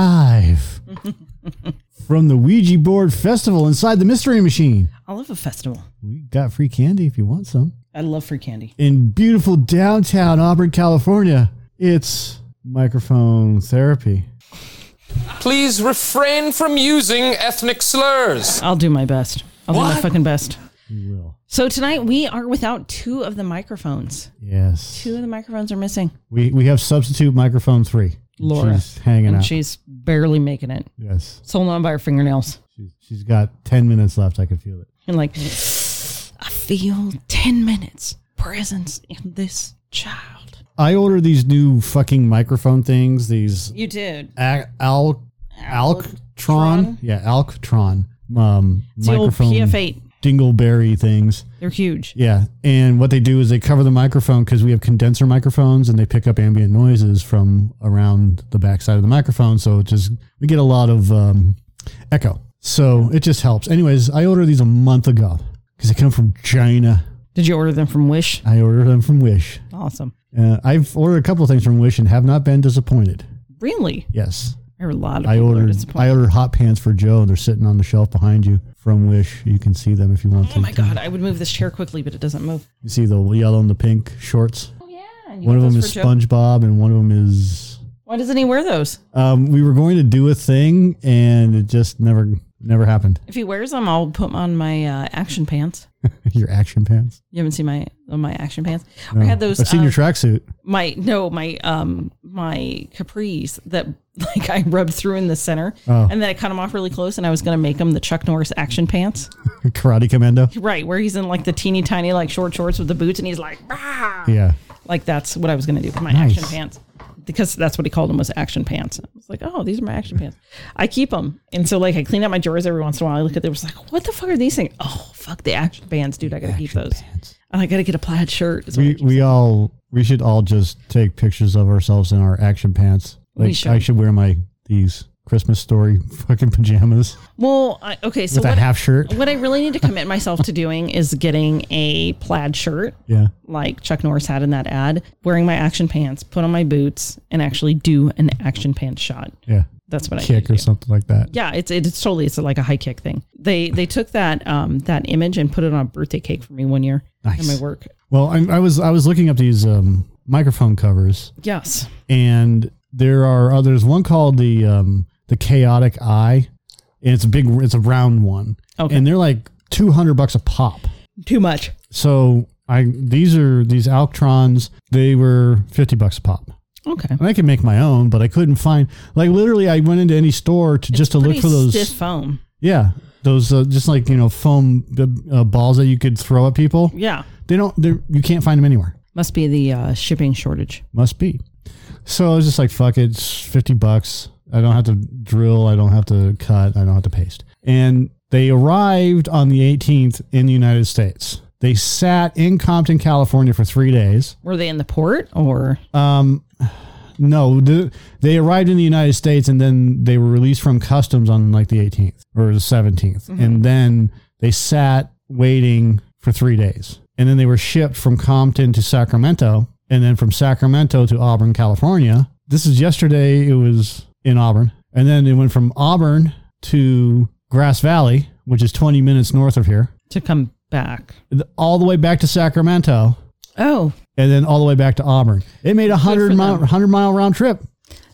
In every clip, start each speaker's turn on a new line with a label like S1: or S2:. S1: live from the Ouija board festival inside the Mystery Machine.
S2: I love a festival.
S1: We got free candy if you want some.
S2: I love free candy.
S1: In beautiful downtown Auburn, California, it's microphone therapy.
S3: Please refrain from using ethnic slurs.
S2: I'll do my best. I'll do my
S3: What?
S2: fucking best.
S1: You will.
S2: So tonight we are without two of the microphones.
S1: Yes.
S2: Two of the microphones are missing.
S1: We, we have substitute microphone three.
S2: Laura.
S1: She's hanging
S2: and
S1: out.
S2: she's barely making it.
S1: yes.
S2: So long by her fingernails.
S1: She's, she's got 10 minutes left. I can feel it.
S2: And like, I feel 10 minutes presence in this child.
S1: I ordered these new fucking microphone things, these
S2: You did.
S1: Al- Al- Alctron.
S2: Alctron?
S1: Yeah, Alctron um,
S2: It's the old
S1: microphone
S2: PF8.
S1: dingleberry things.
S2: They're huge.
S1: Yeah, and what they do is they cover the microphone because we have condenser microphones, and they pick up ambient noises from around the backside of the microphone. So it just we get a lot of um, echo. So it just helps. Anyways, I ordered these a month ago because they come from China.
S2: Did you order them from Wish?
S1: I ordered them from Wish.
S2: Awesome.
S1: Uh, I've ordered a couple of things from Wish and have not been disappointed.
S2: Really?
S1: Yes,
S2: There are a lot of
S1: I
S2: people who are
S1: ordered
S2: disappointed.
S1: I ordered hot pants for Joe, and they're sitting on the shelf behind you from Wish. You can see them if you want to.
S2: Oh my God, I would move this chair quickly, but it doesn't move.
S1: You see the yellow and the pink shorts.
S2: Oh, yeah.
S1: One of them is SpongeBob, and one of them is.
S2: Why doesn't he wear those?
S1: Um, we were going to do a thing, and it just never, never happened.
S2: If he wears them, I'll put on my uh, action pants.
S1: your action pants.
S2: You haven't seen my uh, my action pants. I
S1: No.
S2: had those.
S1: I've seen
S2: um,
S1: your tracksuit.
S2: my no my um my capris that like I rubbed through in the center,
S1: Oh.
S2: and then I cut them off really close, and I was gonna make them the Chuck Norris action pants,
S1: Karate Commando.
S2: right where he's in like the teeny tiny like short shorts with the boots, and he's like "Rah!"
S1: Yeah.
S2: like that's what I was gonna do with my
S1: Nice.
S2: action pants because that's what he called them was action pants. I was like, oh, these are my action pants. I keep them, and so like I clean out my drawers every once in a while. I look at them, I was like, what the fuck are these things? Oh, fuck the action pants, dude. I gotta keep
S1: Action
S2: those.
S1: pants.
S2: And I gotta get a plaid shirt. is what I
S1: We
S2: keep
S1: we all we should all just take pictures of ourselves in our action pants.
S2: We
S1: Like
S2: should.
S1: I should wear my these Christmas story fucking pajamas
S2: Well, I, okay, so
S1: with
S2: what,
S1: a half shirt.
S2: what I really need to commit myself to doing is getting a plaid shirt
S1: Yeah.
S2: like Chuck Norris had in that ad, wearing my action pants, put on my boots, and actually do an action pants shot.
S1: Yeah.
S2: That's what I need
S1: Kick
S2: to
S1: or
S2: do.
S1: something like that.
S2: Yeah, it's it's totally it's like a high kick thing. They they took that um that image and put it on a birthday cake for me one year
S1: Nice.
S2: in my work.
S1: Well, I, I was I was looking up these um, microphone covers.
S2: Yes.
S1: and there are others. One called the um, the Chaotic Eye, and it's a big, it's a round one,
S2: Okay.
S1: and they're like two hundred bucks a pop.
S2: Too much.
S1: So I these are these Alctrons. They were fifty bucks a pop.
S2: Okay.
S1: And I can make my own, but I couldn't find like literally. I went into any store to just to look
S2: Pretty
S1: for those.
S2: stiff foam.
S1: Yeah, those uh, just like you know foam the, uh, balls that you could throw at people.
S2: Yeah.
S1: They don't. They're, you can't find them anywhere.
S2: Must be the uh, shipping shortage.
S1: Must be. So I was just like, fuck it, it's 50 bucks. I don't have to drill. I don't have to cut. I don't have to paste. And they arrived on the 18th in the United States. They sat in Compton, California for three days.
S2: Were they in the port or
S1: No, the, they arrived in the United States and then they were released from customs on like the 18th or the 17th. And then they sat waiting for three days. And then they were shipped from Compton to Sacramento and then from Sacramento to Auburn, California. This is yesterday, it was in Auburn. And then it went from Auburn to Grass Valley, which is 20 minutes north of here,
S2: to come back?
S1: all the way back to Sacramento
S2: Oh,
S1: and then all the way back to Auburn. It made a 100
S2: them.
S1: mile, 100 mile round trip.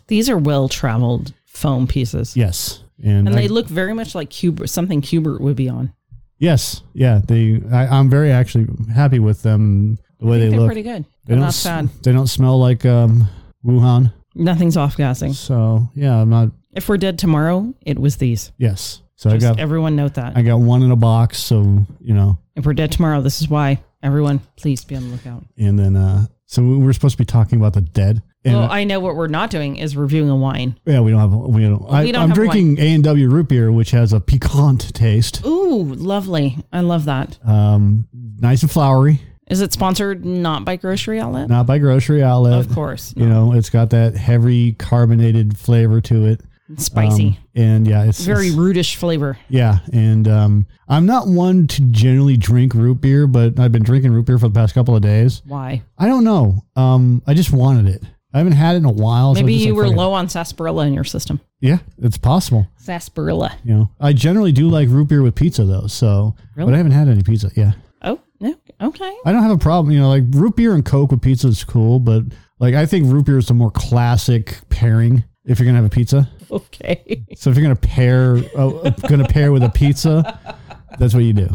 S2: These are well traveled foam pieces.
S1: Yes.
S2: And
S1: I-
S2: they look very much like Cubert, something Cubert would be on.
S1: Yes, yeah. They, I, I'm very actually happy with them. The way they
S2: They're
S1: look.
S2: pretty good.
S1: They
S2: I'm not
S1: s-
S2: sad.
S1: They don't smell like um, Wuhan.
S2: Nothing's off gassing.
S1: So yeah, I'm not.
S2: If we're dead tomorrow, it was these.
S1: Yes. So
S2: Just
S1: I got
S2: everyone note that.
S1: I got one in a box. So you know,
S2: if we're dead tomorrow, this is why. Everyone, please be on the lookout.
S1: and then uh, so we were supposed to be talking about the dead. And,
S2: well,
S1: uh,
S2: I know what we're not doing is reviewing a wine.
S1: yeah, we don't have we don't. I,
S2: We don't
S1: I'm
S2: have
S1: drinking A and W root beer, which has a piquant taste.
S2: Ooh, lovely. I love that.
S1: Um, nice and flowery.
S2: Is it sponsored not by grocery outlet?
S1: Not by grocery outlet.
S2: Of course.
S1: You know, it's got that heavy carbonated flavor to it. Um,
S2: Spicy.
S1: and yeah, it's
S2: very
S1: it's-
S2: rudish flavor.
S1: Yeah, and um, I'm not one to generally drink root beer, but I've been drinking root beer for the past couple of days.
S2: Why?
S1: I don't know. Um, I just wanted it. I haven't had it in a while. so
S2: Maybe
S1: it's just
S2: you
S1: like,
S2: were
S1: fuck it.
S2: low on sarsaparilla in your system.
S1: Yeah, it's possible.
S2: Sarsaparilla.
S1: You know, I generally do like root beer with pizza though. So, but
S2: Really?
S1: I haven't had any pizza. Yeah,
S2: Oh, no. Okay.
S1: I don't have a problem. You know, like root beer and Coke with pizza is cool, but like I think root beer is the more classic pairing if you're gonna have a pizza.
S2: Okay.
S1: So if you're gonna pair, uh, gonna pair with a pizza, that's what you do,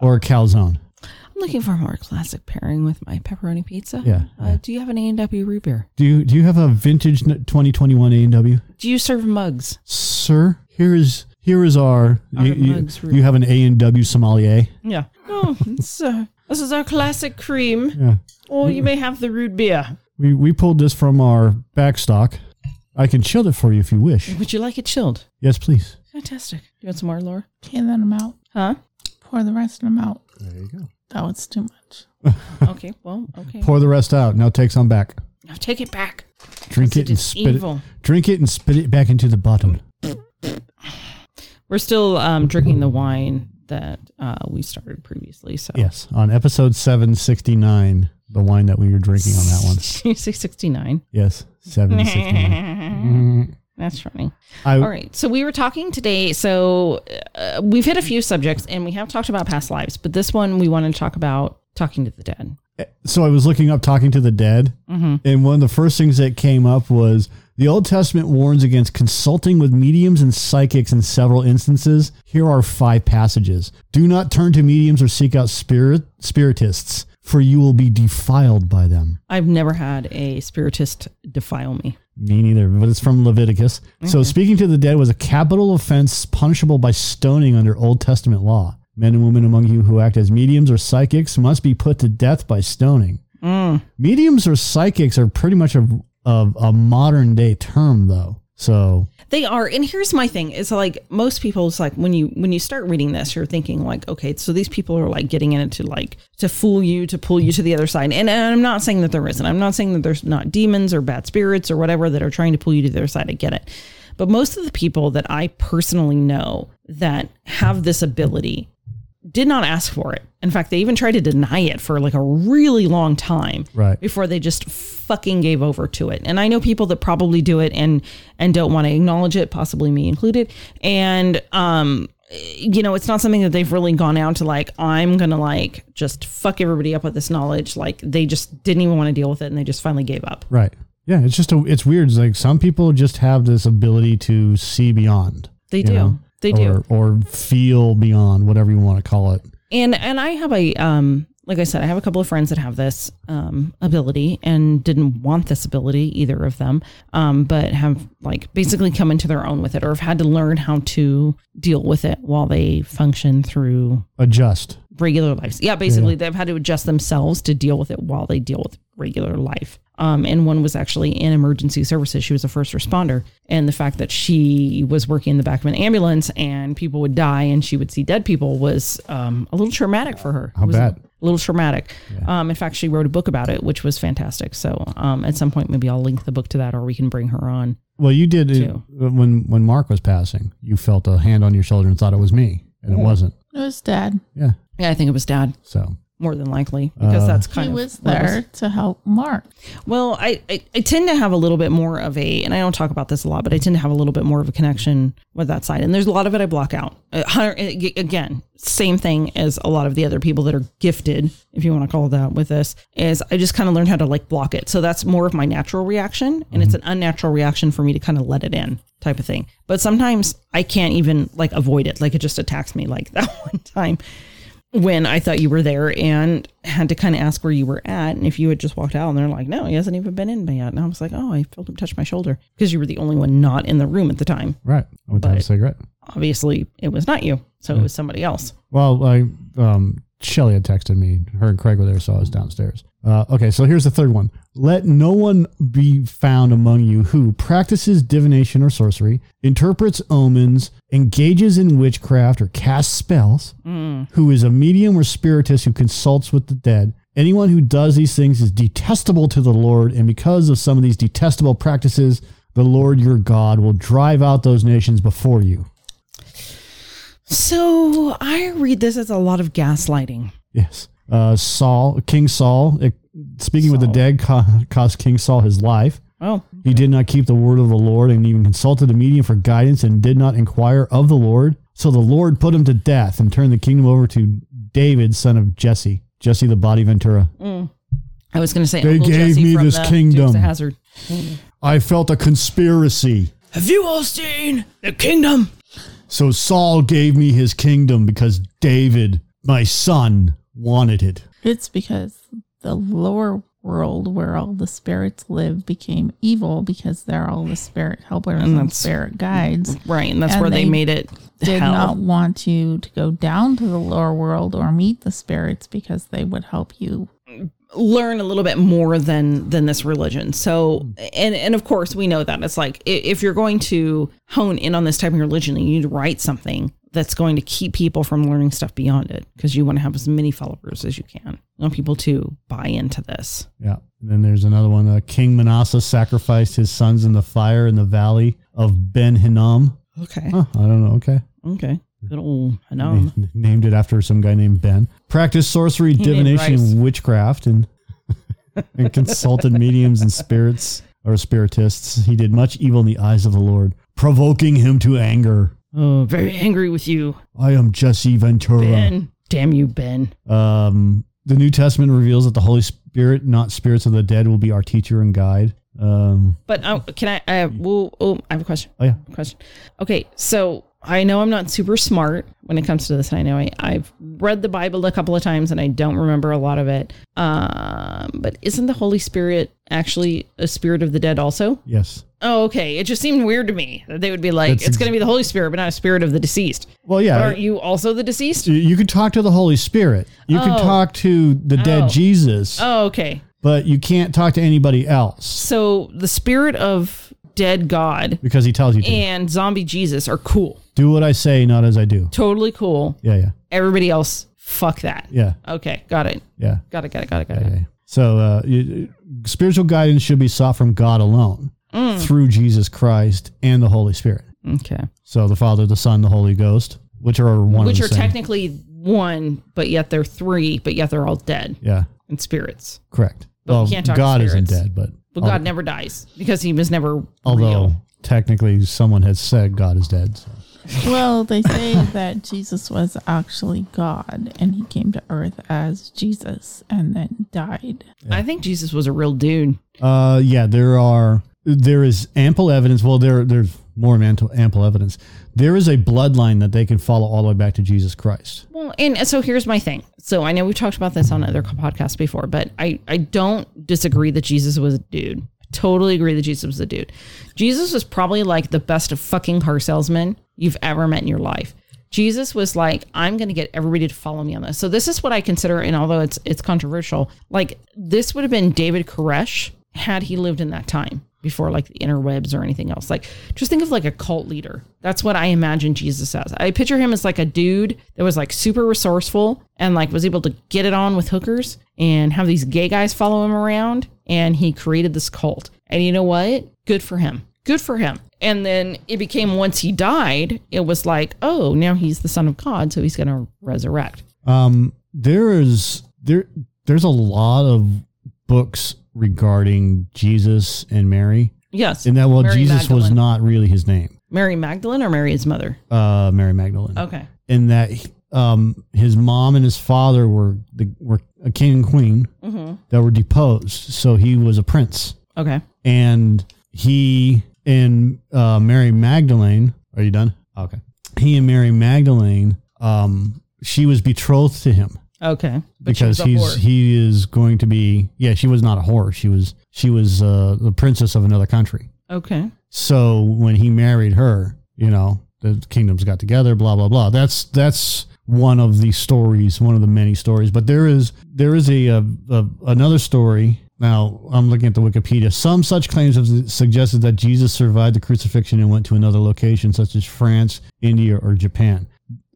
S1: or a calzone.
S2: I'm looking for a more classic pairing with my pepperoni pizza.
S1: Yeah,
S2: Uh, do you have an A&W root beer?
S1: Do you do you have a vintage n- 2021 A&W,
S2: Do you serve mugs?
S1: sir? Here is here is our. You, you,
S2: mugs root-
S1: you have an A&W sommelier.
S2: Yeah. Oh, it's, uh, this is our classic cream.
S1: Yeah.
S2: Or you may have the root beer.
S1: We we pulled this from our back stock. I can chill it for you if you wish.
S2: Would you like it chilled?
S1: Yes, please.
S2: Fantastic. You want some more, Laura?
S4: Can that amount?
S2: Huh?
S4: Pour the rest of them out.
S1: There you go.
S4: That was too much.
S2: Okay. Well, okay.
S1: Pour the rest out. Now take some back.
S2: Now take it back.
S1: Drink
S2: This
S1: it and
S2: is
S1: spit
S2: evil.
S1: it. Drink it and spit it back into the bottom.
S2: We're still um, drinking the wine that uh, we started previously. So
S1: Yes, on episode seven sixty nine, the wine that we were drinking on that one.
S2: you say 69.
S1: Yes, seven sixty nine.
S2: That's funny.
S1: I
S2: All right. So we were talking today. So uh, we've hit a few subjects and we have talked about past lives, but this one we wanted to talk about talking to the dead.
S1: so I was looking up talking to the dead, and one of the first things that came up was the Old Testament warns against consulting with mediums and psychics in several instances. Here are five passages: Do not turn to mediums or seek out spirit spiritists, for you will be defiled by them.
S2: I've never had a spiritist defile me.
S1: Me neither, but it's from Leviticus. So speaking to the dead was a capital offense punishable by stoning under Old Testament law. Men and women among you who act as mediums or psychics must be put to death by stoning.
S2: Mm.
S1: Mediums or psychics are pretty much a, a, a modern day term, though. So,
S2: They are, and here's my thing: is like most people, it's like when you when you start reading this, you're thinking like, okay, so these people are like getting in it to like to fool you, to pull you to the other side. And, and I'm not saying that there isn't. I'm not saying that there's not demons or bad spirits or whatever that are trying to pull you to the other side. I get it, but most of the people that I personally know that have this ability did not ask for it. In fact, they even tried to deny it for like a really long time
S1: Right.
S2: before they just fucking gave over to it. And I know people that probably do it and and don't want to acknowledge it, possibly me included. And um you know, it's not something that they've really gone out to like I'm going to like just fuck everybody up with this knowledge. Like they just didn't even want to deal with it and they just finally gave up.
S1: right. Yeah, it's just a, it's weird. It's like some people just have this ability to see beyond.
S2: They
S1: you
S2: do.
S1: know,
S2: They do.
S1: or, Or feel beyond, whatever you want to call it.
S2: and and I have a um like I said, I have a couple of friends that have this um ability and didn't want this ability either of them, um, but have like basically come into their own with it or have had to learn how to deal with it while they function through
S1: Adjust.
S2: regular lives. Yeah, basically they've had to adjust themselves to deal with it while they deal with regular life. Um, and one was actually in emergency services. She was a first responder. And the fact that she was working in the back of an ambulance and people would die and she would see dead people was um, a little traumatic for her.
S1: How
S2: It was
S1: bad?
S2: A little traumatic. Um, in fact, she wrote a book about it, which was fantastic. So um, at some point, maybe I'll link the book to that or we can bring her on.
S1: Well, you did it,
S2: too.
S1: when when Mark was passing. You felt a hand on your shoulder and thought it was me, and it wasn't.
S4: It was dad.
S1: Yeah.
S2: Yeah, I think it was dad,
S1: So
S2: more than likely, because
S1: Uh,
S2: that's kind
S4: He
S2: of
S4: was
S2: what it
S4: there to help Mark.
S2: Well, I, I, I tend to have a little bit more of a, and I don't talk about this a lot, but I tend to have a little bit more of a connection with that side. And there's a lot of it I block out. Uh, hun- ag- again, same thing as a lot of the other people that are gifted, if you want to call it that, with this, is I just kind of learned how to like block it. So that's more of my natural reaction. And it's an unnatural reaction for me to kind of let it in type of thing. But sometimes I can't even like avoid it. Like it just attacks me like that one time when I thought you were there and had to kind of ask where you were at and if you had just walked out and they're like, no, he hasn't even been in yet. And I was like, oh, I felt him touch my shoulder because you were the only one not in the room at the time.
S1: right, I went to have a
S2: But-
S1: cigarette.
S2: Obviously, it was not you. So it was somebody else.
S1: Well, I um, Shelly had texted me. Her and Craig were there, so I was downstairs. Uh, okay, so here's the third one. Let no one be found among you who practices divination or sorcery, interprets omens, engages in witchcraft or casts spells, who is a medium or spiritist who consults with the dead. Anyone who does these things is detestable to the Lord, and because of some of these detestable practices, the Lord your God will drive out those nations before you.
S2: So I read this as a lot of gaslighting.
S1: Yes. Uh, Saul, King Saul, it speaking with the dead co- cost King Saul his life.
S2: Oh,
S1: He did not keep the word of the Lord and even consulted a medium for guidance and did not inquire of the Lord. So the Lord put him to death and turned the kingdom over to David, son of Jesse. Jesse the body Ventura.
S2: I was going to say
S1: They
S2: Uncle
S1: gave
S2: Jesse
S1: me
S2: from
S1: this
S2: the
S1: kingdom.
S2: Dukes of Hazard.
S1: I felt a conspiracy.
S2: Have you all seen the kingdom?
S1: So Saul gave me his kingdom because David, my son, wanted it.
S4: It's because the lower world where all the spirits live became evil because they're all the spirit helpers and,
S2: that's-
S4: spirit guides.
S2: Right, and that's
S4: And
S2: where they,
S4: they
S2: made it.
S4: Did
S2: hell.
S4: not want you to go down to the lower world or meet the spirits because they would help you.
S2: learn a little bit more than than this religion so and and of course we know that it's like i- if you're going to hone in on this type of religion you need to write something that's going to keep people from learning stuff beyond it because you want to have as many followers as you can you want people to buy into this
S1: Yeah. And then there's another one. Uh, King Manasseh sacrificed his sons in the fire in the valley of Ben Hinnom.
S2: okay
S1: Huh, I don't know. Okay.
S2: Oh, okay good old Hanum.
S1: N- Named it after some guy named Ben. Practiced sorcery,
S2: named
S1: divination,
S2: Rice.
S1: and witchcraft, and and consulted mediums and spirits or spiritists. He did much evil in the eyes of the Lord, provoking him to anger.
S2: oh very angry with you
S1: I am Jesse Ventura.
S2: ben damn you ben
S1: Um, the New Testament reveals that the Holy Spirit, not spirits of the dead, will be our teacher and guide. Um,
S2: but uh, can i i have, whoa, oh i have a question
S1: oh yeah,
S2: question. Okay, so I know I'm not super smart when it comes to this. I know I, I've read the Bible a couple of times and I don't remember a lot of it. Um, but isn't the Holy Spirit actually a spirit of the dead also?
S1: yes.
S2: Oh, okay. It just seemed weird to me that they would be like,
S1: That's
S2: it's going to be the Holy Spirit, but not a spirit of the deceased.
S1: Well, yeah.
S2: Aren't you also the deceased?
S1: you can talk to the Holy Spirit. You can
S2: Oh.
S1: talk to the
S2: Oh.
S1: dead Jesus,
S2: Oh, okay.
S1: but you can't talk to anybody else
S2: So the spirit of dead God
S1: because he tells you to.
S2: and zombie Jesus are cool.
S1: Do what I say, not as I do.
S2: Totally cool.
S1: Yeah, yeah,
S2: Everybody else, fuck that.
S1: yeah,
S2: Okay, got it.
S1: yeah.
S2: Got it, got it, got it, got it.
S1: Okay. So, uh, you, spiritual guidance should be sought from God alone,
S2: Mm.
S1: through Jesus Christ and the Holy Spirit.
S2: Okay.
S1: So, the Father, the Son, the Holy Ghost, which are one
S2: Which
S1: and
S2: are
S1: the same.
S2: technically one, but yet they're three, but yet they're all dead
S1: yeah.
S2: and spirits.
S1: Correct.
S2: But we can't talk to
S1: God isn't
S2: spirits.
S1: dead, but,
S2: But God never dies because he was never
S1: although
S2: real.
S1: technically someone has said God is dead. So.
S4: Well, they say that Jesus was actually God and he came to earth as Jesus and then died.
S2: I think Jesus was a real dude.
S1: Uh, yeah, there are there is ample evidence. Well, there there's more than ample, ample evidence. There is a bloodline that they can follow all the way back to Jesus Christ.
S2: Well, and so here's my thing. So I know we've talked about this on other podcasts before, but I, I don't disagree that Jesus was a dude. I totally agree that Jesus was a dude. Jesus was probably like the best of fucking car salesman you've ever met in your life. Jesus was like, I'm going to get everybody to follow me on this. So this is what I consider, and although it's it's controversial, like this would have been David Koresh had he lived in that time before like the interwebs or anything else. Like just think of like a cult leader. That's what I imagine Jesus as. I picture him as like a dude that was like super resourceful and like was able to get it on with hookers and have these gay guys follow him around and he created this cult. And you know what? Good for him. Good for him. And then it became once he died, it was like, oh, now he's the son of God, so he's going to resurrect.
S1: Um, there is there there's a lot of books regarding Jesus and Mary,
S2: Yes.
S1: and that well,
S2: Mary
S1: Jesus was
S2: Magdalene.
S1: not really his name,
S2: Mary Magdalene or Mary his mother?
S1: uh, Mary Magdalene,
S2: Okay.
S1: and that um his mom and his father were the were a king and queen that were deposed, so he was a prince.
S2: Okay.
S1: and he and uh, Mary Magdalene. Are you done? Okay. He and Mary Magdalene. Um, she was betrothed to him
S2: Okay. But she
S1: because
S2: was a
S1: he's
S2: whore.
S1: he is going to be. Yeah, she was not a whore. She was she was uh, the princess of another country.
S2: Okay.
S1: So when he married her, you know, the kingdoms got together, blah blah blah. That's that's one of the stories, one of the many stories. But there is there is a, a, a another story. Now I'm looking at the Wikipedia. Some such claims have suggested that Jesus survived the crucifixion and went to another location, such as France, India, or Japan.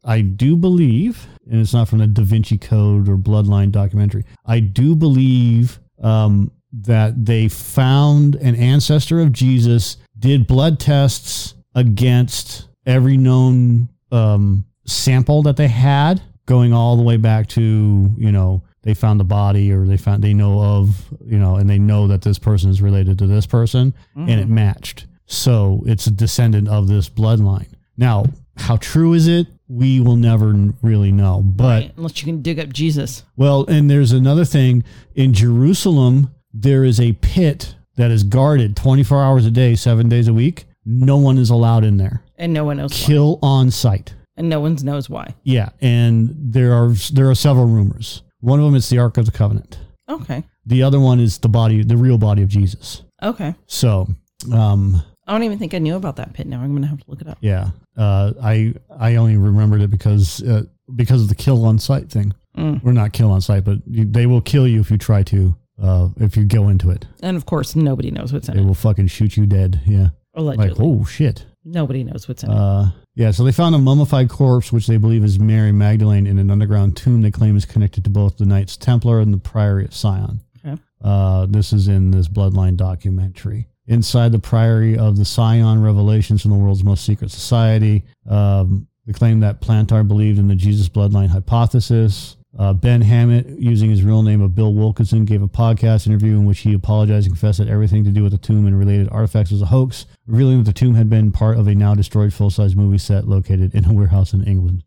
S1: I do believe, and it's not from the Da Vinci Code or Bloodline documentary. I do believe um, that they found an ancestor of Jesus, did blood tests against every known um, sample that they had, going all the way back to you know they found the body or they found they know of you know and they know that this person is related to this person and it matched so it's a descendant of this bloodline now how true is it we will never n- really know but
S2: Unless you can dig up Jesus.
S1: well, and there's another thing in Jerusalem, there is a pit that is guarded 24 hours a day, seven days a week. No one is allowed in there.
S2: And no one knows why.
S1: Kill on sight.
S2: And no one knows why.
S1: Yeah, and there are there are several rumors. One of them is the Ark of the Covenant.
S2: Okay.
S1: The other one is the body, the real body of Jesus.
S2: Okay.
S1: So, um,
S2: I don't even think I knew about that pit now. I'm going to have to look it up.
S1: yeah, uh, I I only remembered it because uh, because of the kill on sight thing.
S2: Mm.
S1: Or not kill on sight, but you, they will kill you if you try to uh, if you go into it.
S2: And of course, nobody knows what's in
S1: they
S2: it.
S1: will fucking shoot you dead. Yeah.
S2: Allegedly.
S1: Like, oh shit.
S2: Nobody knows what's in it.
S1: Uh, yeah, so they found a mummified corpse, which they believe is Mary Magdalene, in an underground tomb they claim is connected to both the Knights Templar and the Priory of Sion.
S2: Okay.
S1: Uh, this is in this Bloodline documentary. Inside the Priory of the Sion, revelations from the world's most secret society. Um, they claim that Plantar believed in the Jesus Bloodline hypothesis. Uh, ben Hammett, using his real name of Bill Wilkinson, gave a podcast interview in which he apologized and confessed that everything to do with the tomb and related artifacts was a hoax, revealing that the tomb had been part of a now destroyed full size movie set located in a warehouse in England.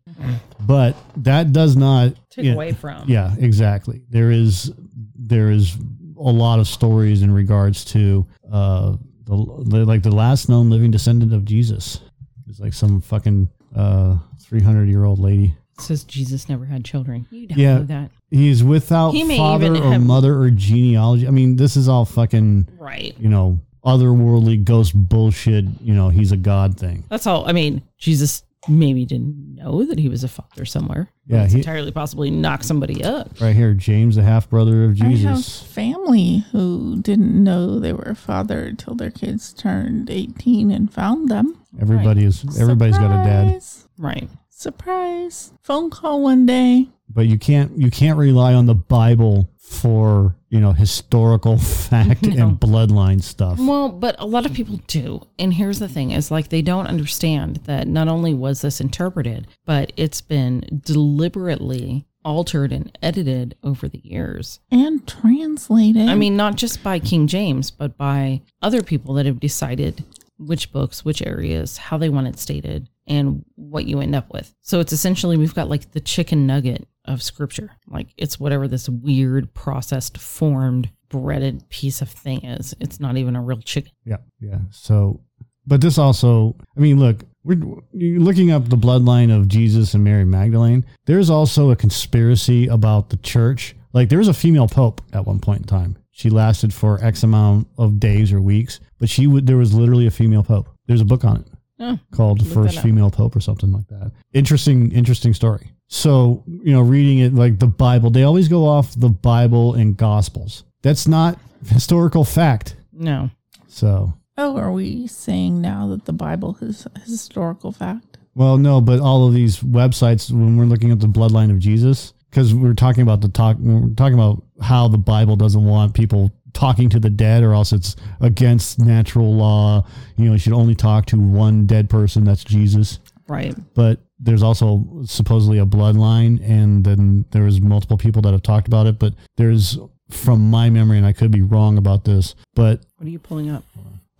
S1: But that does not
S2: Take
S1: yeah.
S2: away from.
S1: Yeah, exactly. There is there is a lot of stories in regards to uh, the, the like the last known living descendant of Jesus is like some fucking uh three hundred year old lady.
S2: It says Jesus never had children. You don't
S1: Yeah.
S2: know that.
S1: He's without
S2: He may
S1: father
S2: even
S1: or
S2: have-
S1: mother or genealogy. I mean, this is all fucking
S2: Right.
S1: you know otherworldly ghost bullshit. You know, he's a god thing.
S2: That's all. I mean, Jesus maybe didn't know that he was a father somewhere.
S1: Yeah,
S2: It's
S1: he-
S2: entirely possibly knock somebody up.
S1: Right here, James, the half brother of
S4: I have
S1: Jesus.
S4: family who didn't know they were a father until their kids turned 18 and found them.
S1: Everybody is everybody's got a dad.
S4: Surprise!
S2: Right.
S4: Surprise. Phone call one day.
S1: but you can't you can't rely on the Bible for you know historical fact and bloodline stuff.
S2: Well, but a lot of people do. And here's the thing is like they don't understand that not only was this interpreted, but it's been deliberately altered and edited over the years.
S4: and translated.
S2: I mean, not just by King James, but by other people that have decided which books, which areas, how they want it stated, and what you end up with. So it's essentially we've got like the chicken nugget of scripture. Like it's whatever this weird, processed, formed, breaded piece of thing is. It's not even a real chicken.
S1: Yeah, yeah. So, but this also, I mean, look, we're you're looking up the bloodline of Jesus and Mary Magdalene. There's also a conspiracy about the church. Like there was a female pope at one point in time. She lasted for X amount of days or weeks, but she would. There was literally a female pope. There's a book on it.
S2: Oh,
S1: called the
S2: Look that
S1: first
S2: up.
S1: female pope or something like that. Interesting, interesting story. So you know, reading it like the Bible, they always go off the Bible and Gospels. That's not historical fact.
S2: no.
S1: So
S4: oh, are we saying now that the Bible is a historical fact?
S1: well, no, but all of these websites when we're looking at the bloodline of Jesus, because we're talking about the talk, we're talking about how the Bible doesn't want people talking to the dead or else it's against natural law you know you should only talk to one dead person that's jesus
S2: Right.
S1: but there's also supposedly a bloodline and then there's multiple people that have talked about it but there's from my memory and i could be wrong about this but
S2: What are you pulling up?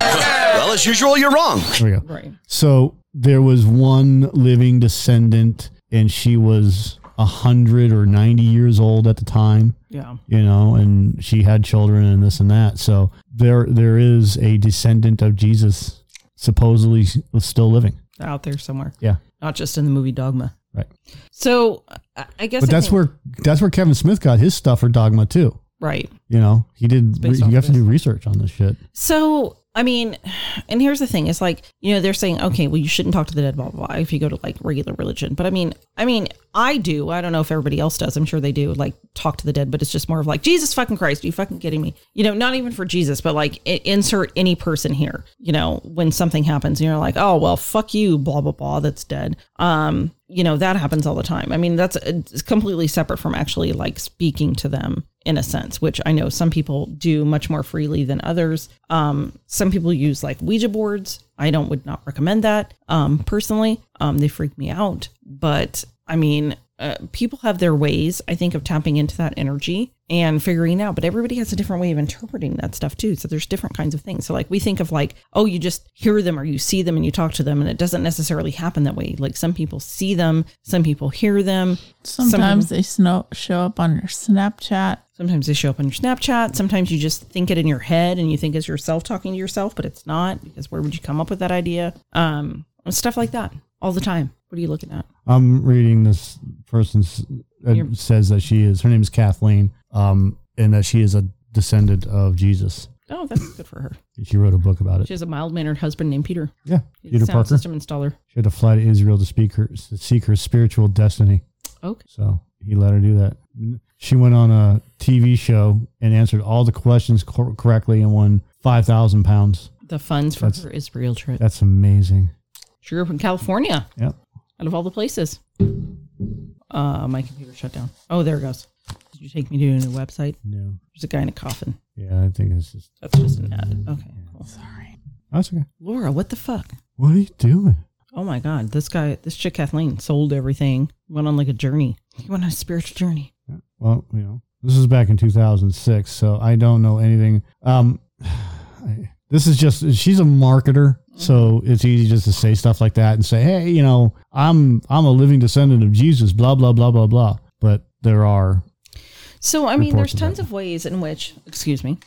S5: Well, as usual, you're wrong.
S1: there we go
S2: Right.
S1: so there was one living descendant and she was 100 or 90 years old at the time
S2: Yeah.
S1: you know and she had children and this and that so there there is a descendant of jesus supposedly was still living
S2: Out there somewhere.
S1: yeah
S2: Not just in the movie Dogma.
S1: right
S2: So I- I guess
S1: but
S2: I
S1: that's
S2: think-
S1: where that's where kevin smith got his stuff for dogma too
S2: right.
S1: You know, he did.
S2: based off
S1: you have to
S2: this.
S1: do research on this shit.
S2: So, I mean, and here's the thing: it's like you know they're saying, okay, well, you shouldn't talk to the dead, blah blah. blah if you go to like regular religion, but I mean, I mean, I do. I don't know if everybody else does. I'm sure they do. Like talk to the dead, but it's just more of like Jesus fucking Christ. Are you fucking kidding me? You know, not even for Jesus, but like i- insert any person here. You know, when something happens, you're like, oh well, fuck you, blah blah blah. That's dead. Um, you know that happens all the time. I mean, that's it's completely separate from actually like speaking to them in a sense, which I know some people do much more freely than others. Um, some people use like Ouija boards. I don't would not recommend that um, personally. Um, they freak me out, but I mean, uh, people have their ways, I think, of tapping into that energy and figuring it out. But everybody has a different way of interpreting that stuff too. So there's different kinds of things. So like we think of like, oh, you just hear them or you see them and you talk to them, and it doesn't necessarily happen that way. Like some people see them, some people hear them. some people-
S4: Sometimes they snow, show up on your Snapchat.
S2: Sometimes they show up on your Snapchat. Sometimes you just think it in your head and you think it's yourself talking to yourself, but it's not because where would you come up with that idea? Um, and stuff like that all the time. What are you looking at?
S1: I'm reading this person's uh,
S2: You're-
S1: says that she is her name is Kathleen, um, and that she is a descendant of Jesus.
S2: Oh, that's good for her.
S1: She wrote a book about it.
S2: She has a mild mannered husband named Peter.
S1: yeah,
S2: He's a
S1: Peter
S2: sound
S1: Parker.
S2: system installer.
S1: She had to fly to Israel to speak her to seek her spiritual destiny.
S2: Okay.
S1: So he let her do that. She went on a TV show and answered all the questions cor- correctly and won five thousand pounds.
S2: The funds for
S1: That's-
S2: her Israel trip.
S1: That's amazing.
S2: She grew up in California,
S1: Yeah.
S2: out of all the places. Uh, my computer shut down. Oh, there it goes. Did you take me to a new website?
S1: No.
S2: There's a guy in a coffin.
S1: Yeah, I think it's just.
S2: That's just an ad. Okay. cool.
S1: That's okay.
S2: Laura, what the fuck?
S1: What are you doing?
S2: Oh my God, this guy, this chick Kathleen sold everything, went on like a journey. He went on a spiritual journey.
S1: Well, you know, this is back in 2006, so I don't know anything. Um, I, this is just she's a marketer, so
S2: Mm-hmm.
S1: it's easy just to say stuff like that and say, hey, you know, I'm I'm a living descendant of Jesus, blah blah blah blah blah. But there are
S2: So, I mean,
S1: Reports
S2: there's
S1: of that.
S2: tons of ways in which, excuse me,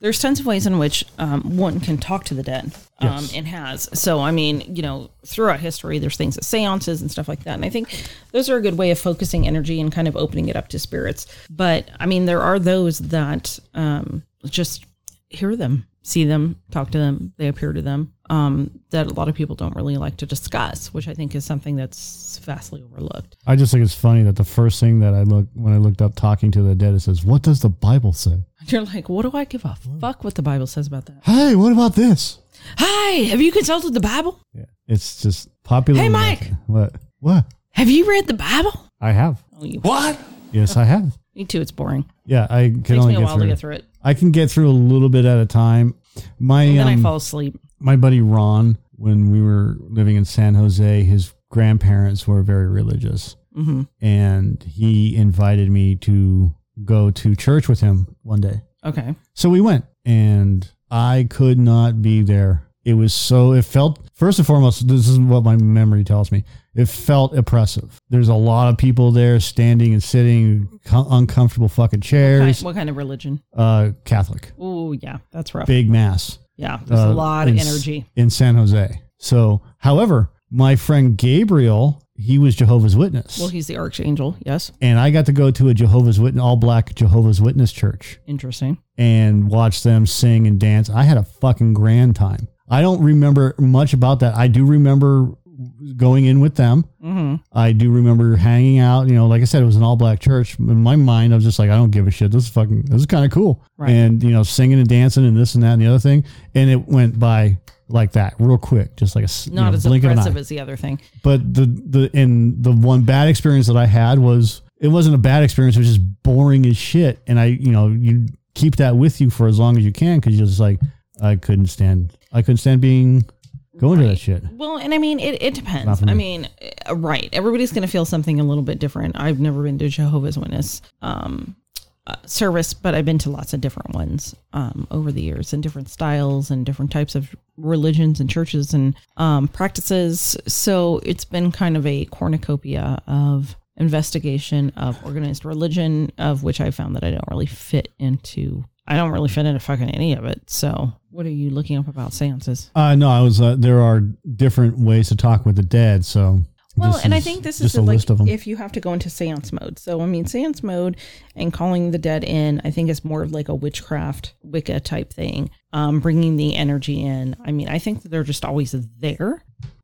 S2: there's tons of ways in which um, one can talk to the dead um,
S1: Yes.
S2: and has. So, I mean, you know, throughout history, there's things at seances and stuff like that. And I think those are a good way of focusing energy and kind of opening it up to spirits. But, I mean, there are those that um, just hear them, see them, talk to them, they appear to them um, that a lot of people don't really like to discuss, which I think is something that's vastly overlooked.
S1: I just think it's funny that the first thing that I look when I looked up talking to the dead, it says, "What does the Bible say?"
S2: You're like, what do I give a fuck what the Bible says about that?
S1: Hey, what about this?
S2: Hi, have you consulted the Bible?
S1: Yeah, it's just popular.
S2: Hey, Mike.
S1: What? What?
S2: Have you read the Bible?
S1: I have.
S2: Oh, you
S3: What?
S1: Yes, I have.
S2: me too. It's boring.
S1: Yeah, I can
S2: Takes
S1: only
S2: me a
S1: get
S2: while
S1: through.
S2: to get through it,
S1: I can get through a little bit at a time. My
S2: and then I
S1: um,
S2: fall asleep.
S1: my buddy Ron, when we were living in San Jose, his grandparents were very religious,
S2: Mm-hmm.
S1: and he invited me to go to church with him one day.
S2: Okay,
S1: So we went, and I could not be there. It was so, it felt, first and foremost, this is what my memory tells me. It felt oppressive. There's a lot of people there standing and sitting, co- uncomfortable fucking
S2: kind,
S1: chairs.
S2: what kind of religion?
S1: Uh, Catholic,
S2: Oh yeah, that's rough.
S1: big mass.
S2: yeah, there's
S1: uh,
S2: a lot of
S1: in S-
S2: energy.
S1: in San Jose. So, however, my friend Gabriel, he was Jehovah's Witness.
S2: Well, he's the archangel. Yes,
S1: and I got to go to a Jehovah's Witness, all black Jehovah's Witness church.
S2: interesting.
S1: and watch them sing and dance. I had a fucking grand time. I don't remember much about that. I do remember going in with them.
S2: Mm-hmm.
S1: I do remember hanging out. You know, like I said, it was an all black church. In my mind, I was just like, I don't give a shit. This is fucking, this is kind of cool.
S2: Right.
S1: And, you know, singing and dancing and this and that and the other thing. And it went by like that real quick, just like a s- you
S2: Not
S1: know,
S2: as
S1: blink of an eye
S2: impressive as the other thing.
S1: but the the and the one bad experience that I had was it wasn't a bad experience. It was just boring as shit. And I, you know, you keep that with you for as long as you can because you're just like, I couldn't stand, I couldn't stand being going to that shit.
S2: Well, and I mean, it, it
S1: Not
S2: depends.
S1: for me.
S2: I mean, uh, right. Everybody's going to feel something a little bit different. I've never been to Jehovah's Witness um, uh, service, but I've been to lots of different ones um, over the years and different styles and different types of religions and churches and um, practices. So it's been kind of a cornucopia of investigation of organized religion, of which I found that I don't really fit into. I don't really fit into fucking any of it. So, what are you looking up about seances?
S1: Uh, no, I was. Uh, there are different ways to talk with the dead. So
S2: Well,
S1: this
S2: and I
S1: is
S2: think this
S1: just
S2: is
S1: a
S2: like
S1: list of them.
S2: if you have to go into seance mode. So, I mean, seance mode and calling the dead in, I think is more of like a witchcraft, Wicca type thing, um, bringing the energy in. I mean, I think that they're just always there.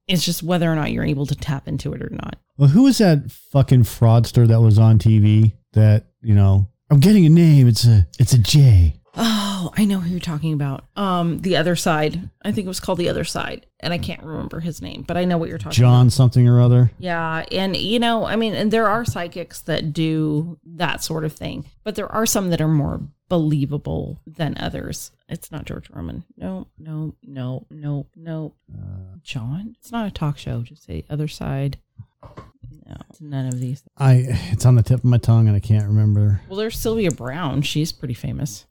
S2: It's just whether or not you're able to tap into it or not.
S1: well, who was that fucking fraudster that was on TV? That you know, I'm getting a name. It's a it's a J.
S2: Oh, I know who you're talking about. Um, the other side. I think it was called the other side, and I can't remember his name, but I know what you're talking about.
S1: John something or other.
S2: Yeah, and you know, I mean, and there are psychics that do that sort of thing, but there are some that are more believable than others. It's not George Roman. No, no, no, no, no. John. It's not a talk show. Just say other side. No, it's none of these.
S1: I it's on the tip of my tongue and I can't remember.
S2: Well, there's Sylvia Brown. She's pretty famous.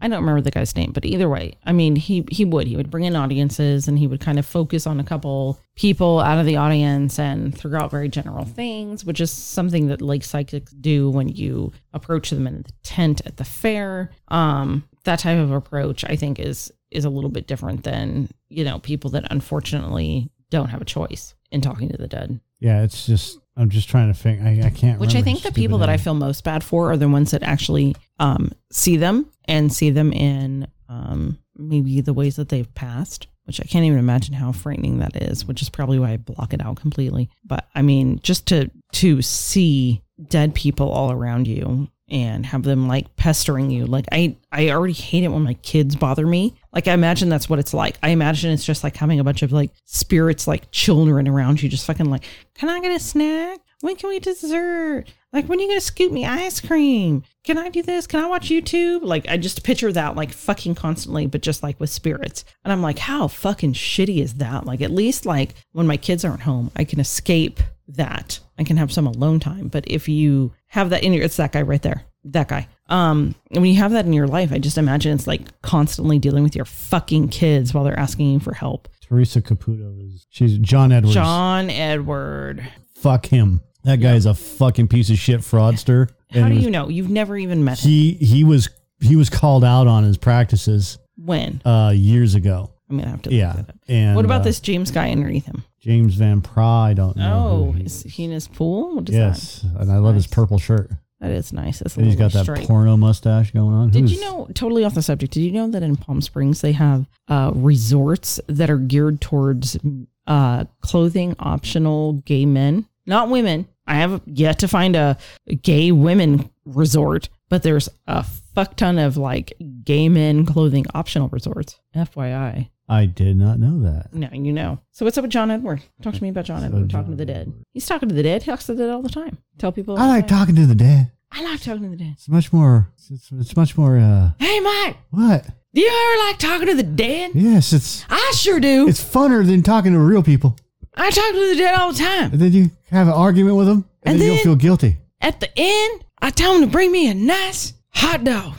S2: I don't remember the guy's name, but either way, I mean, he he would he would bring in audiences and he would kind of focus on a couple people out of the audience and throw out very general things, which is something that like psychics do when you approach them in the tent at the fair. Um, that type of approach, I think, is is a little bit different than you know people that unfortunately don't have a choice in talking to the dead.
S1: Yeah, it's just I'm just trying to think. I, I can't.
S2: Which I
S1: remember
S2: think the
S1: stupid
S2: people that I
S1: names.
S2: feel most bad for are the ones that actually um, see them and see them in um, maybe the ways that they've passed, which I can't even imagine how frightening that is, which is probably why I block it out completely. But I mean, just to to see dead people all around you and have them like pestering you. Like I I already hate it when my kids bother me. Like I imagine that's what it's like. I imagine it's just like having a bunch of like spirits like children around you just fucking like, "Can I get a snack? When can we dessert? Like when are you going to scoop me ice cream? Can I do this? Can I watch YouTube?" Like I just picture that like fucking constantly but just like with spirits. And I'm like, "How fucking shitty is that?" Like at least like when my kids aren't home, I can escape that I can have some alone time. But if you have that in your, it's that guy right there, that guy. Um, and when you have that in your life, I just imagine it's like constantly dealing with your fucking kids while they're asking you for help.
S1: Teresa Caputo is she's John Edwards.
S2: John Edward,
S1: Fuck him. That guy is a fucking piece of shit fraudster.
S2: how do
S1: he was-
S2: you know? You've never even met him.
S1: He he was he was called out on his practices
S2: When
S1: uh years ago.
S2: I'm gonna have to. Look
S1: Yeah.
S2: at it.
S1: And
S2: What about
S1: uh,
S2: this James guy underneath him?
S1: James Van Pry? I don't know.
S2: Oh,
S1: who he-
S2: is he in his pool? What is
S1: yes, and I love his
S2: Nice.
S1: purple shirt.
S2: that? That is nice. It's a
S1: And he's
S2: little
S1: got that
S2: straight.
S1: porno mustache going on.
S2: Did
S1: Who's-
S2: you know, totally off the subject, did you know that in Palm Springs they have uh, resorts that are geared towards uh, clothing optional gay men? Not women. I have yet to find a gay women resort, but there's a fuck ton of like gay men clothing optional resorts. FYI.
S1: I did not know that.
S2: No, you know. So what's up with John Edward? Talk to me about John Edward. talking to the dead. He's talking to the dead. He talks to the dead all the time. Tell people. all
S1: I
S2: the
S1: like
S2: time.
S1: talking to the dead.
S2: I like talking to the dead.
S1: It's much more. It's, it's much more. uh
S2: Hey, Mike,
S1: What?
S2: do you ever like talking to the dead?
S1: Yes, it's
S2: I sure do.
S1: it's funner than talking to real people.
S2: I talk to the dead all the time.
S1: And then you have an argument with them, and,
S2: And
S1: then,
S2: then-
S1: you'll feel guilty.
S2: At the end, I tell them to bring me a nice hot dog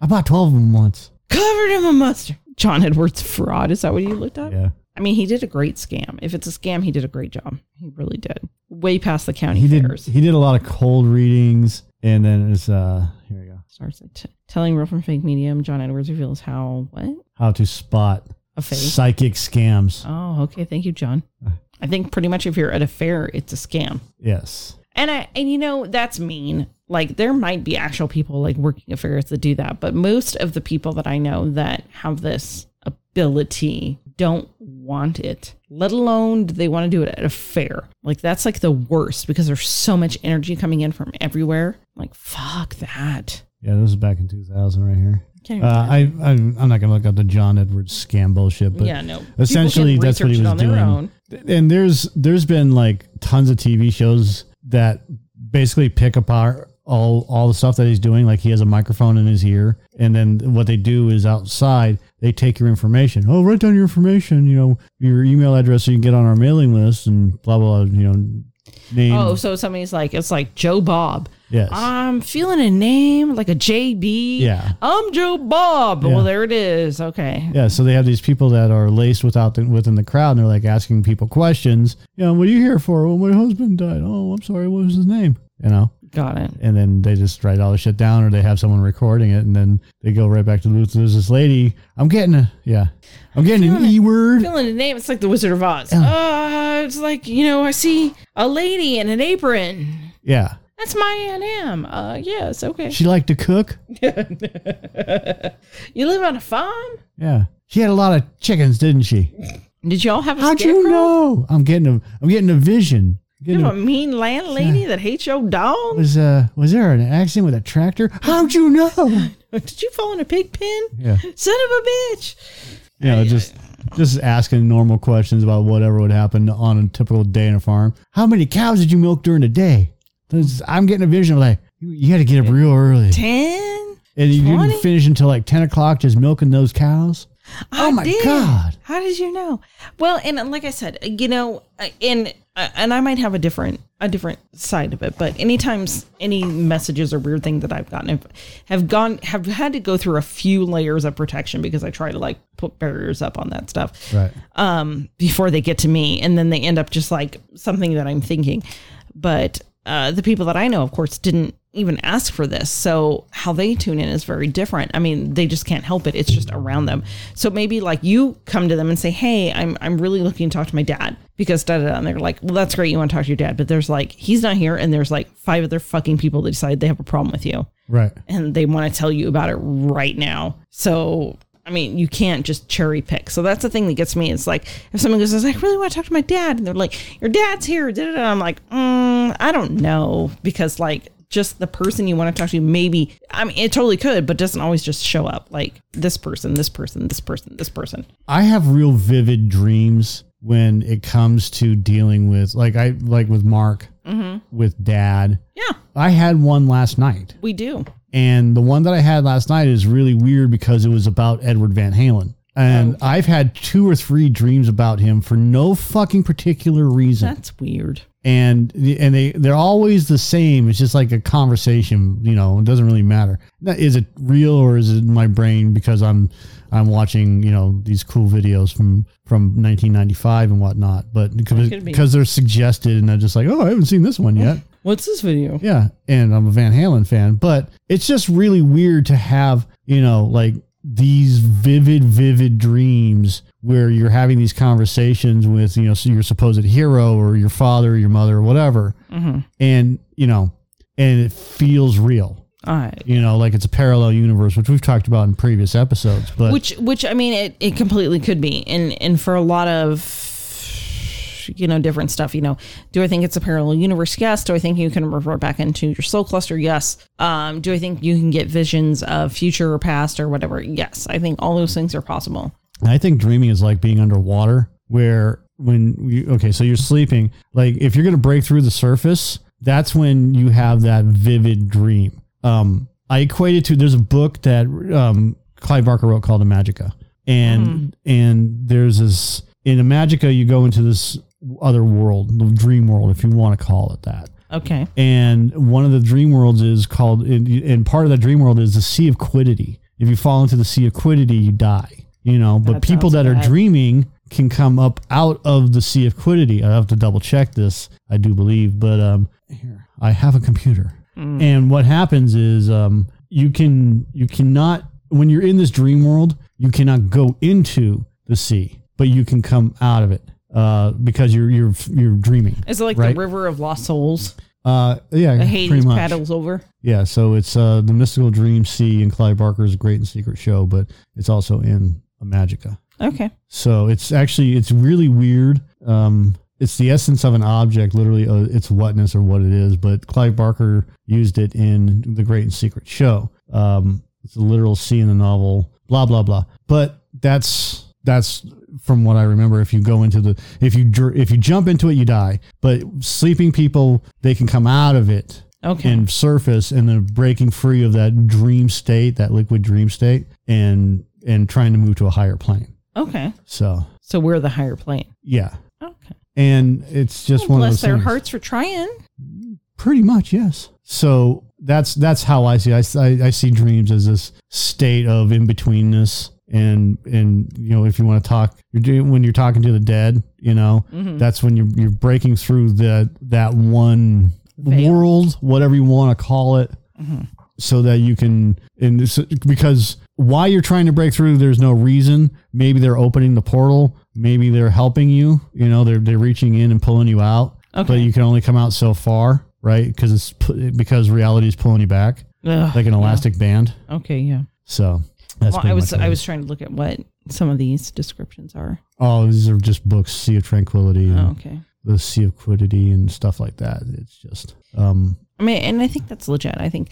S1: I bought twelve of them once.
S2: covered in my mustard. John Edwards fraud. Is that what you looked up?
S1: Yeah,
S2: I mean, he did a great scam. If it's a scam, he did a great job. He really did. Way past the county
S1: he did.
S2: fairs.
S1: He did a lot of cold readings, and then it's uh here we go.
S2: Starts at t- telling real from fake medium. John Edwards reveals how what
S1: How to spot
S2: a fake.
S1: psychic scams.
S2: Oh, okay. Thank you, John. I think pretty much if you're at a fair, it's a scam.
S1: Yes,
S2: And I and you know that's mean. Like there might be actual people like working at fairs that do that, but most of the people that I know that have this ability don't want it. Let alone do they want to do it at a fair. Like that's like the worst because there's so much energy coming in from everywhere. Like fuck that.
S1: yeah, this is back in two thousand right here.
S2: Can't even-
S1: Uh, I, I I'm not gonna look up the John Edwards scam bullshit, but
S2: yeah, no. People can
S1: essentially that's what
S2: research
S1: he was
S2: it on their
S1: doing.
S2: own.
S1: and there's there's been like tons of TV shows that basically pick apart all all the stuff that he's doing. Like he has a microphone in his ear, and then what they do is outside they take your information. Oh, write down your information. You know your email address so you can get on our mailing list and blah blah. blah, You know name.
S2: Oh, so somebody's like it's like Joe Bob.
S1: yes.
S2: I'm feeling a name like a JB.
S1: Yeah.
S2: I'm Joe Bob.
S1: Yeah.
S2: Well, there it is. Okay.
S1: yeah, so they have these people that are laced without the, within the crowd, and they're like asking people questions. You know, what are you here for? Well, my husband died. Oh, I'm sorry. What was his name? You know,
S2: Got it.
S1: and then they just write all the shit down or they have someone recording it and then they go right back to Luther. There's this lady. I'm getting a yeah. I'm getting an E word.
S2: Feeling a name. It's like the Wizard of Oz. Uh, it's like, you know, I see a lady in an apron.
S1: Yeah.
S2: That's my Aunt Em. Uh, yes. Okay.
S1: She liked to cook.
S2: You live on a farm?
S1: Yeah. She had a lot of chickens, didn't she?
S2: Did y'all have a
S1: How'd you
S2: scarecrow?
S1: know? I'm getting a I'm getting a vision. I'm
S2: You
S1: Getting
S2: have a
S1: a,
S2: mean landlady that hates your dog?
S1: was uh was there an accident with a tractor? How'd you know?
S2: Did you fall in a pig pen?
S1: Yeah.
S2: Son of a bitch.
S1: You know, just just asking normal questions about whatever would happen on a typical day in a farm. How many cows did you milk during the day? This- I'm getting a vision like you, you got to get up real early.
S2: 10?
S1: And you
S2: 20?
S1: didn't finish until like 10 o'clock just milking those cows?
S2: I
S1: Oh my
S2: did.
S1: God.
S2: How did you know? Well, and like I said, you know, I- and and I might have a different a different side of it, but anytime s- any messages or weird thing that I've gotten have, have gone have had to go through a few layers of protection because I try to like put barriers up on that stuff
S1: Right.
S2: um, before they get to me, and then they end up just like something that I'm thinking. But uh, the people that I know, of course, didn't even ask for this, so how they tune in is very different. I mean, they just can't help it; it's just around them. So maybe like you come to them and say, "Hey, I'm I'm really looking to talk to my dad because da da,", da. and they're like, "Well, that's great, you want to talk to your dad," but there's like he's not here, and there's like five other fucking people that decide they have a problem with you
S1: Right.
S2: and they want to tell you about it right now. So, I mean, you can't just cherry pick. So that's the thing that gets me. It's like if someone goes, "I really want to talk to my dad," and they're like, "Your dad's here," da, da, da. I'm like, mm, I don't know, because like just the person you want to talk to, maybe I mean, it totally could, but doesn't always just show up. Like this person, this person, this person, this person.
S1: I have real vivid dreams when it comes to dealing with like I like with Mark, with Dad.
S2: Yeah,
S1: I had one last night,
S2: we do.
S1: and the one that I had last night is really weird because it was about Edward Van Halen.
S2: Oh,
S1: And I've had two or three dreams about him for no fucking particular reason.
S2: That's weird.
S1: and and they they're always the same. It's just like a conversation, you know. It doesn't really matter. Now, Is it real or is it in my brain because I'm I'm watching you know these cool videos from from 1995 and whatnot? But because
S2: could be.
S1: because they're suggested and I'm just like, oh, I haven't seen this one yet.
S2: What's this video?
S1: Yeah, and I'm a Van Halen fan, but it's just really weird to have, you know, like these vivid, vivid dreams where you're having these conversations with, you know, so your supposed hero or your father or your mother or whatever. And, you know, and it feels real,
S2: All right.
S1: you know, like it's a parallel universe, which we've talked about in previous episodes. But
S2: which which i mean it, it completely could be and and for a lot of you know different stuff you know do i think it's a parallel universe yes do i think you can revert back into your soul cluster yes um do i think you can get visions of future or past or whatever yes i think all those things are possible
S1: I think dreaming is like being underwater, where when you, okay, so you're sleeping, like if you're going to break through the surface, that's when you have that vivid dream. Um, I equate it to there's a book that um, Clive Barker wrote called Imagica, and and there's this in Imagica you go into this other world, the dream world, if you want to call it that
S2: okay
S1: and one of the dream worlds is called and- and part of that dream world is the sea of quiddity if you fall into the sea of quiddity you die you know but
S2: That
S1: people that
S2: sounds
S1: are
S2: bad.
S1: dreaming can come up out of the sea of quiddity i have to double check this i do believe but um here i have a computer
S2: Hmm.
S1: and what happens is um you can you cannot when you're in this dream world you cannot go into the sea but you can come out of it uh because you're you're you're dreaming
S2: is it like
S1: Right.
S2: the river of lost souls
S1: uh yeah
S2: the
S1: pretty
S2: hades
S1: much.
S2: paddles over
S1: Yeah, so it's uh, the Mystical Dream Sea and Clive Barker's Great and Secret Show, but it's also in Magica.
S2: okay
S1: So it's actually it's really weird. Um, it's the essence of an object, literally uh, its whatness or what it is. But Clive Barker used it in the Great and Secret Show. Um, it's a literal sea in the novel. Blah blah blah. But that's that's from what I remember. If you go into the if you dr- if you jump into it, you die. But sleeping people they can come out of it
S2: okay
S1: and surface and then breaking free of that dream state, that liquid dream state, and and trying to move to a higher plane.
S2: okay
S1: So
S2: so we're the higher plane
S1: yeah,
S2: okay
S1: and it's just
S2: Well,
S1: one of
S2: Oh, bless
S1: those
S2: their
S1: things.
S2: hearts for trying
S1: Pretty much, yes. So that's that's how I see. It. I, s- I- I see dreams as this state of in betweenness, and and you know if you want to talk, you're doing when you're talking to the dead. You know,
S2: Mm-hmm.
S1: that's when you're you're breaking through the that one
S2: Veil.
S1: world, whatever you want to call it. So that you can, and this, because why you're trying to break through, there's no reason. Maybe they're opening the portal. Maybe they're helping you. You know, they're they're reaching in and pulling you out but
S2: okay
S1: you can only come out so far, right? Because it's pu- because reality is pulling you back
S2: Ugh,
S1: like an elastic band.
S2: yeah. okay yeah
S1: So that's
S2: well,
S1: pretty
S2: I was
S1: much what
S2: I
S1: it
S2: was
S1: is.
S2: trying to look at what some of these descriptions are.
S1: Oh, these are just books, Sea of Tranquility, and
S2: Oh, okay.
S1: the Sea of Quiddity, and stuff like that. It's just um,
S2: I mean, and I think that's legit. I think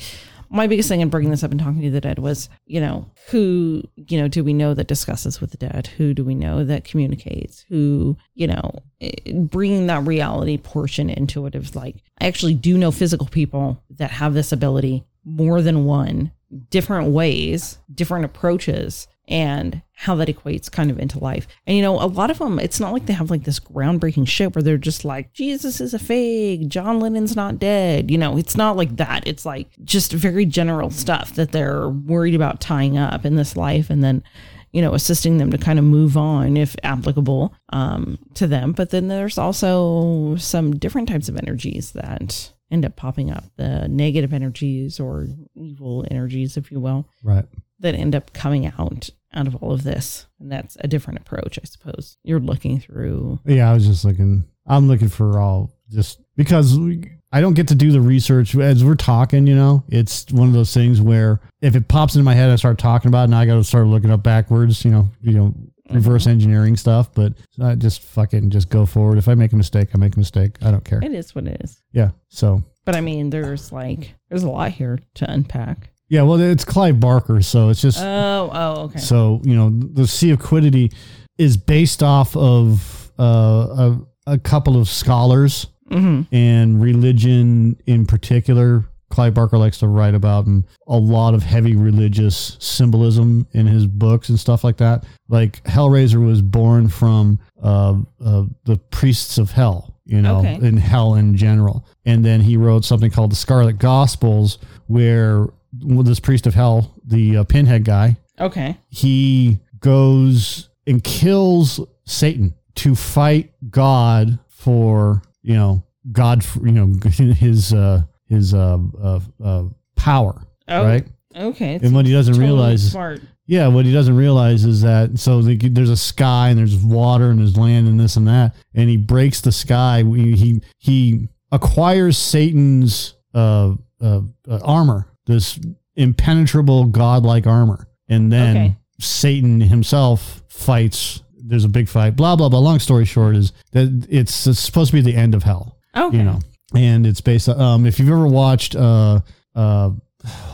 S2: my biggest thing in bringing this up and talking to the dead was, you know, who, you know, do we know that discusses with the dead? Who do we know that communicates? Who, you know, eh, bringing that reality portion into it is like, I actually do know physical people that have this ability more than one, different ways, different approaches. and how that equates kind of into life. And you know, a lot of them, it's not like they have like this groundbreaking shit where they're just like, Jesus is a fake, John Lennon's not dead. You know, it's not like that. It's like just very general stuff that they're worried about tying up in this life and then, you know, assisting them to kind of move on if applicable um, to them. But then there's also some different types of energies that end up popping up the negative energies or evil energies, if you will
S1: Right.
S2: that end up coming out out of all of this and that's a different approach i suppose you're looking through
S1: Yeah, I was just looking. I'm looking for all just because we, I don't get to do the research as we're talking. You know, it's one of those things where if it pops into my head, I start talking about, it, and I got to start looking up backwards. You know, you know, reverse
S2: Mm-hmm.
S1: engineering stuff. But I just fuck it and just go forward. If I make a mistake, I make a mistake. I don't care.
S2: it is what it is
S1: Yeah. So
S2: but i mean there's like there's a lot here to unpack
S1: yeah. Well, it's Clive Barker, so it's just
S2: oh oh okay
S1: So you know, the Sea of Quiddity is based off of uh, a, a couple of scholars
S2: Mm-hmm.
S1: and religion in particular. Clive Barker likes to write about and a lot of heavy religious symbolism in his books and stuff like that. Like Hellraiser was born from uh, uh, the priests of hell, you know,
S2: Okay.
S1: in hell in general. And then he wrote something called the Scarlet Gospels, where this priest of hell, the uh, pinhead guy,
S2: okay
S1: he goes and kills Satan to fight God for you know God for, you know his uh his uh, uh, uh power
S2: Oh,
S1: right
S2: okay it's
S1: and what he doesn't
S2: totally
S1: realize is
S2: smart
S1: yeah, what he doesn't realize is that so the, there's a sky and there's water and there's land and this and that, and he breaks the sky. He he, he acquires Satan's uh, uh, uh, armor, this impenetrable godlike armor, and then
S2: Okay.
S1: Satan himself fights. There's a big fight. Blah blah blah. Long story short is that it's, it's supposed to be the end of hell
S2: okay
S1: you know and it's based on um if you've ever watched uh uh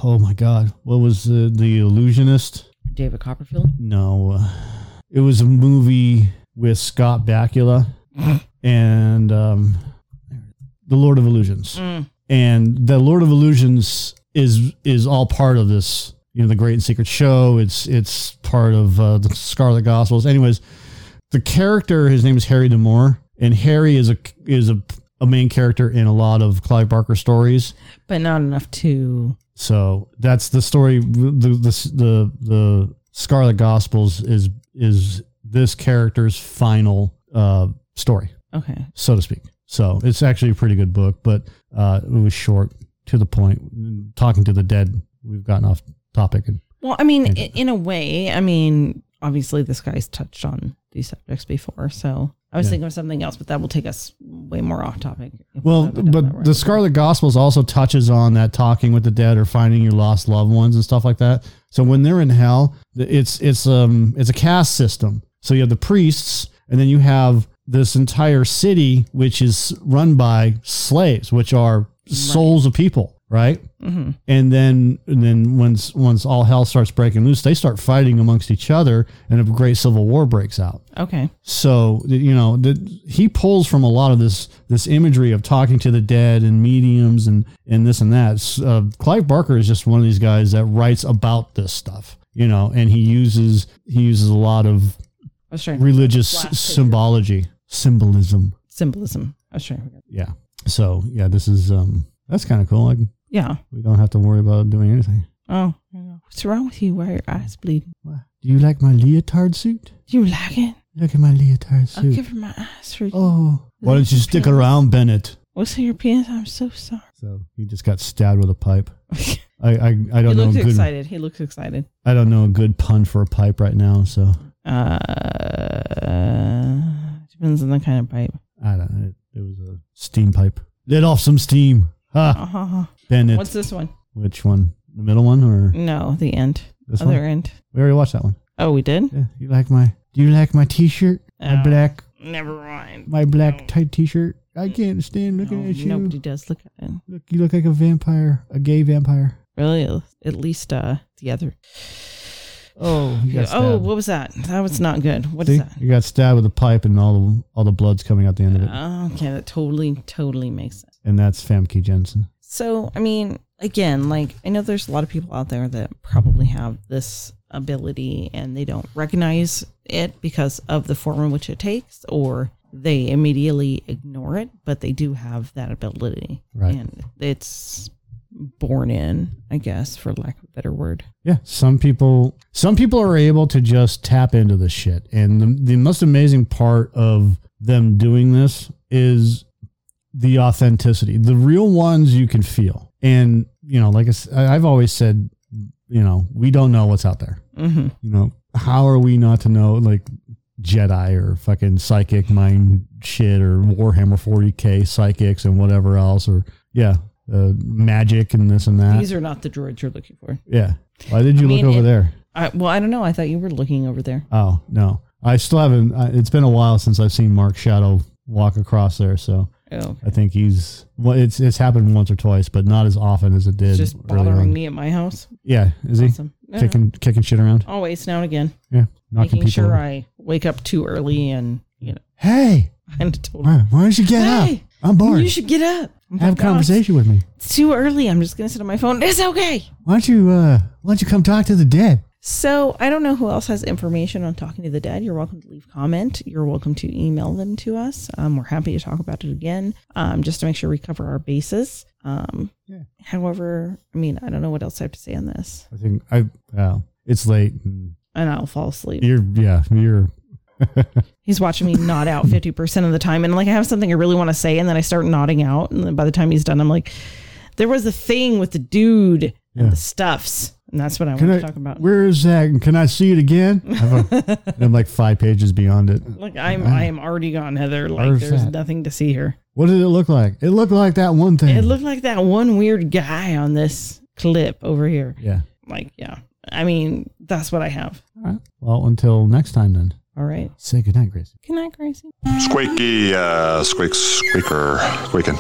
S1: oh my god what was the the illusionist
S2: david copperfield
S1: no uh, it was a movie with scott bakula and um the lord of illusions and the lord of illusions is is all part of this you know the great and secret show it's it's part of uh, the scarlet gospels anyways the character his name is Harry Demore, and Harry is a is a, a main character in a lot of Clive Barker stories.
S2: but not enough to
S1: So that's the story. The the the, the Scarlet Gospels is is this character's final uh, story,
S2: okay
S1: so to speak. So it's actually a pretty good book, but uh, it was short to the point. Talking to the dead, we've gotten off topic and
S2: Well, I
S1: Mm-hmm.
S2: mean, i- in a way, I mean, obviously this guy's touched on these subjects before, so I was thinking of something else, but that will take us way more off topic. if we
S1: Well,
S2: go down that
S1: but
S2: road.
S1: the Scarlet Gospels also touches on that talking with the dead or finding your lost loved ones and stuff like that. So when they're in hell, th- it's it's um it's a caste system. So you have the priests, and then you have this entire city, which is run by slaves, which are souls of people, right?
S2: Mm-hmm.
S1: And then and then once once all hell starts breaking loose, they start fighting amongst each other, and a great civil war breaks out.
S2: okay,
S1: So th- you know, th- he pulls from a lot of this this imagery of talking to the dead and mediums and and this and that. S- Uh, Clive Barker is just one of these guys that writes about this stuff, you know, and he uses he uses a lot of
S2: I was trying
S1: religious
S2: Last picture.
S1: symbology, symbolism.
S2: symbolism. I was trying. to figure-
S1: Yeah. So yeah, this is um that's kind of cool. Like
S2: Yeah.
S1: we don't have to worry about doing anything.
S2: Oh, I know. what's wrong with you? Why are your eyes bleeding?
S1: Do you like my leotard suit?
S2: Do you like it?
S1: Look at my leotard
S2: I'll
S1: suit.
S2: give her my eyes for you.
S1: oh, why don't you stick around, Bennett?
S2: What's in your penis? I'm so sorry.
S1: So he just got stabbed with a pipe. I, I, I don't
S2: he
S1: know a
S2: looks
S1: good
S2: excited. He looks excited.
S1: I don't know a good pun for a pipe right now, so
S2: Uh, depends on the kind of pipe.
S1: I don't know. It, it was a steam pipe. Let off some steam. Ha
S2: Uh-huh.
S1: Bennett.
S2: What's this one?
S1: Which one? The middle one or
S2: No, the end.
S1: this
S2: Other
S1: one?
S2: end.
S1: We already watched that one.
S2: Oh, we did?
S1: Yeah. You like my do you like my t shirt? My
S2: Oh.
S1: black
S2: Never mind.
S1: my black tight t shirt. I can't stand looking
S2: No,
S1: at you.
S2: nobody does look at it.
S1: Look you look like a vampire, a gay vampire.
S2: Really, at least uh, the other.
S1: Oh you got
S2: oh,
S1: stabbed.
S2: what was that? That was not good. What
S1: See?
S2: is
S1: You got stabbed with a pipe and all the all the blood's coming out the
S2: Uh-huh.
S1: end of it.
S2: that? Okay, that totally, totally makes sense.
S1: And that's Famke Jensen.
S2: So, I mean, again, like I know there's a lot of people out there that probably have this ability and they don't recognize it because of the form in which it takes or they immediately ignore it, but they do have that ability.
S1: Right.
S2: And it's born in, I guess, for lack of a better word.
S1: Yeah, some people some people are able to just tap into this shit. And the, the most amazing part of them doing this is the authenticity. The real ones you can feel. And, you know, like I, s- I- I've always said, you know, we don't know what's out there.
S2: hmm
S1: You know, how are we not to know like Jedi or fucking psychic mind shit or Warhammer 40K psychics and whatever else or yeah, uh, magic and this and that.
S2: These are not the droids you're looking for.
S1: yeah. Why did you
S2: mean,
S1: look over
S2: it-
S1: there?
S2: I, well, I don't know. I thought you were looking over there.
S1: Oh no, I still haven't. I, it's been a while since I've seen Mark Shadow walk across there, so
S2: Oh,
S1: I think he's. Well, it's it's happened once or twice, but not as often as it did.
S2: it's just
S1: earlier
S2: bothering
S1: on.
S2: me at my house.
S1: Yeah, is he
S2: Awesome. Yeah.
S1: kicking kicking shit around?
S2: Always now and again,
S1: Yeah, knocking
S2: making
S1: people.
S2: sure
S1: over.
S2: I wake up too early and you know,
S1: hey,
S2: I'm totally.
S1: why, why don't you get
S2: Hey,
S1: up? I'm bored.
S2: You should get up. I'm
S1: Have a
S2: like, "No,
S1: conversation with me.
S2: It's too early. I'm just gonna sit on my phone. It's okay.
S1: Why don't you uh Why don't you come talk to the dead?
S2: So I don't know who else has information on talking to the dead. You're welcome to leave comment. You're welcome to email them to us. Um, we're happy to talk about it again, um, just to make sure we cover our bases. Um, However, I mean, I don't know what else I have to say on this,
S1: I think I. Well, it's late. And
S2: and I'll fall asleep.
S1: you're yeah. You're
S2: He's watching me nod out 50% of the time. And like, I have something I really want to say. And then I start nodding out. And then by the time he's done, I'm like, there was a thing with the dude and
S1: Yeah.
S2: the stuffs. And that's what I
S1: Can
S2: want
S1: I,
S2: to talk about.
S1: Where is that? And Can I see it again? I'm, a- I'm like five pages beyond it.
S2: Like, I'm, I am already gone, Heather. Like,
S1: Where's
S2: there's
S1: that?
S2: nothing to see here.
S1: What did it look like? It looked like that one thing.
S2: It looked like that one weird guy on this clip over here.
S1: yeah.
S2: Like, yeah. I mean, that's what I have.
S1: Well, until next time then.
S2: All right.
S1: Say goodnight, Gracie.
S2: Good night, Gracie.
S6: Squeaky, uh, squeak, squeaker, squeaking.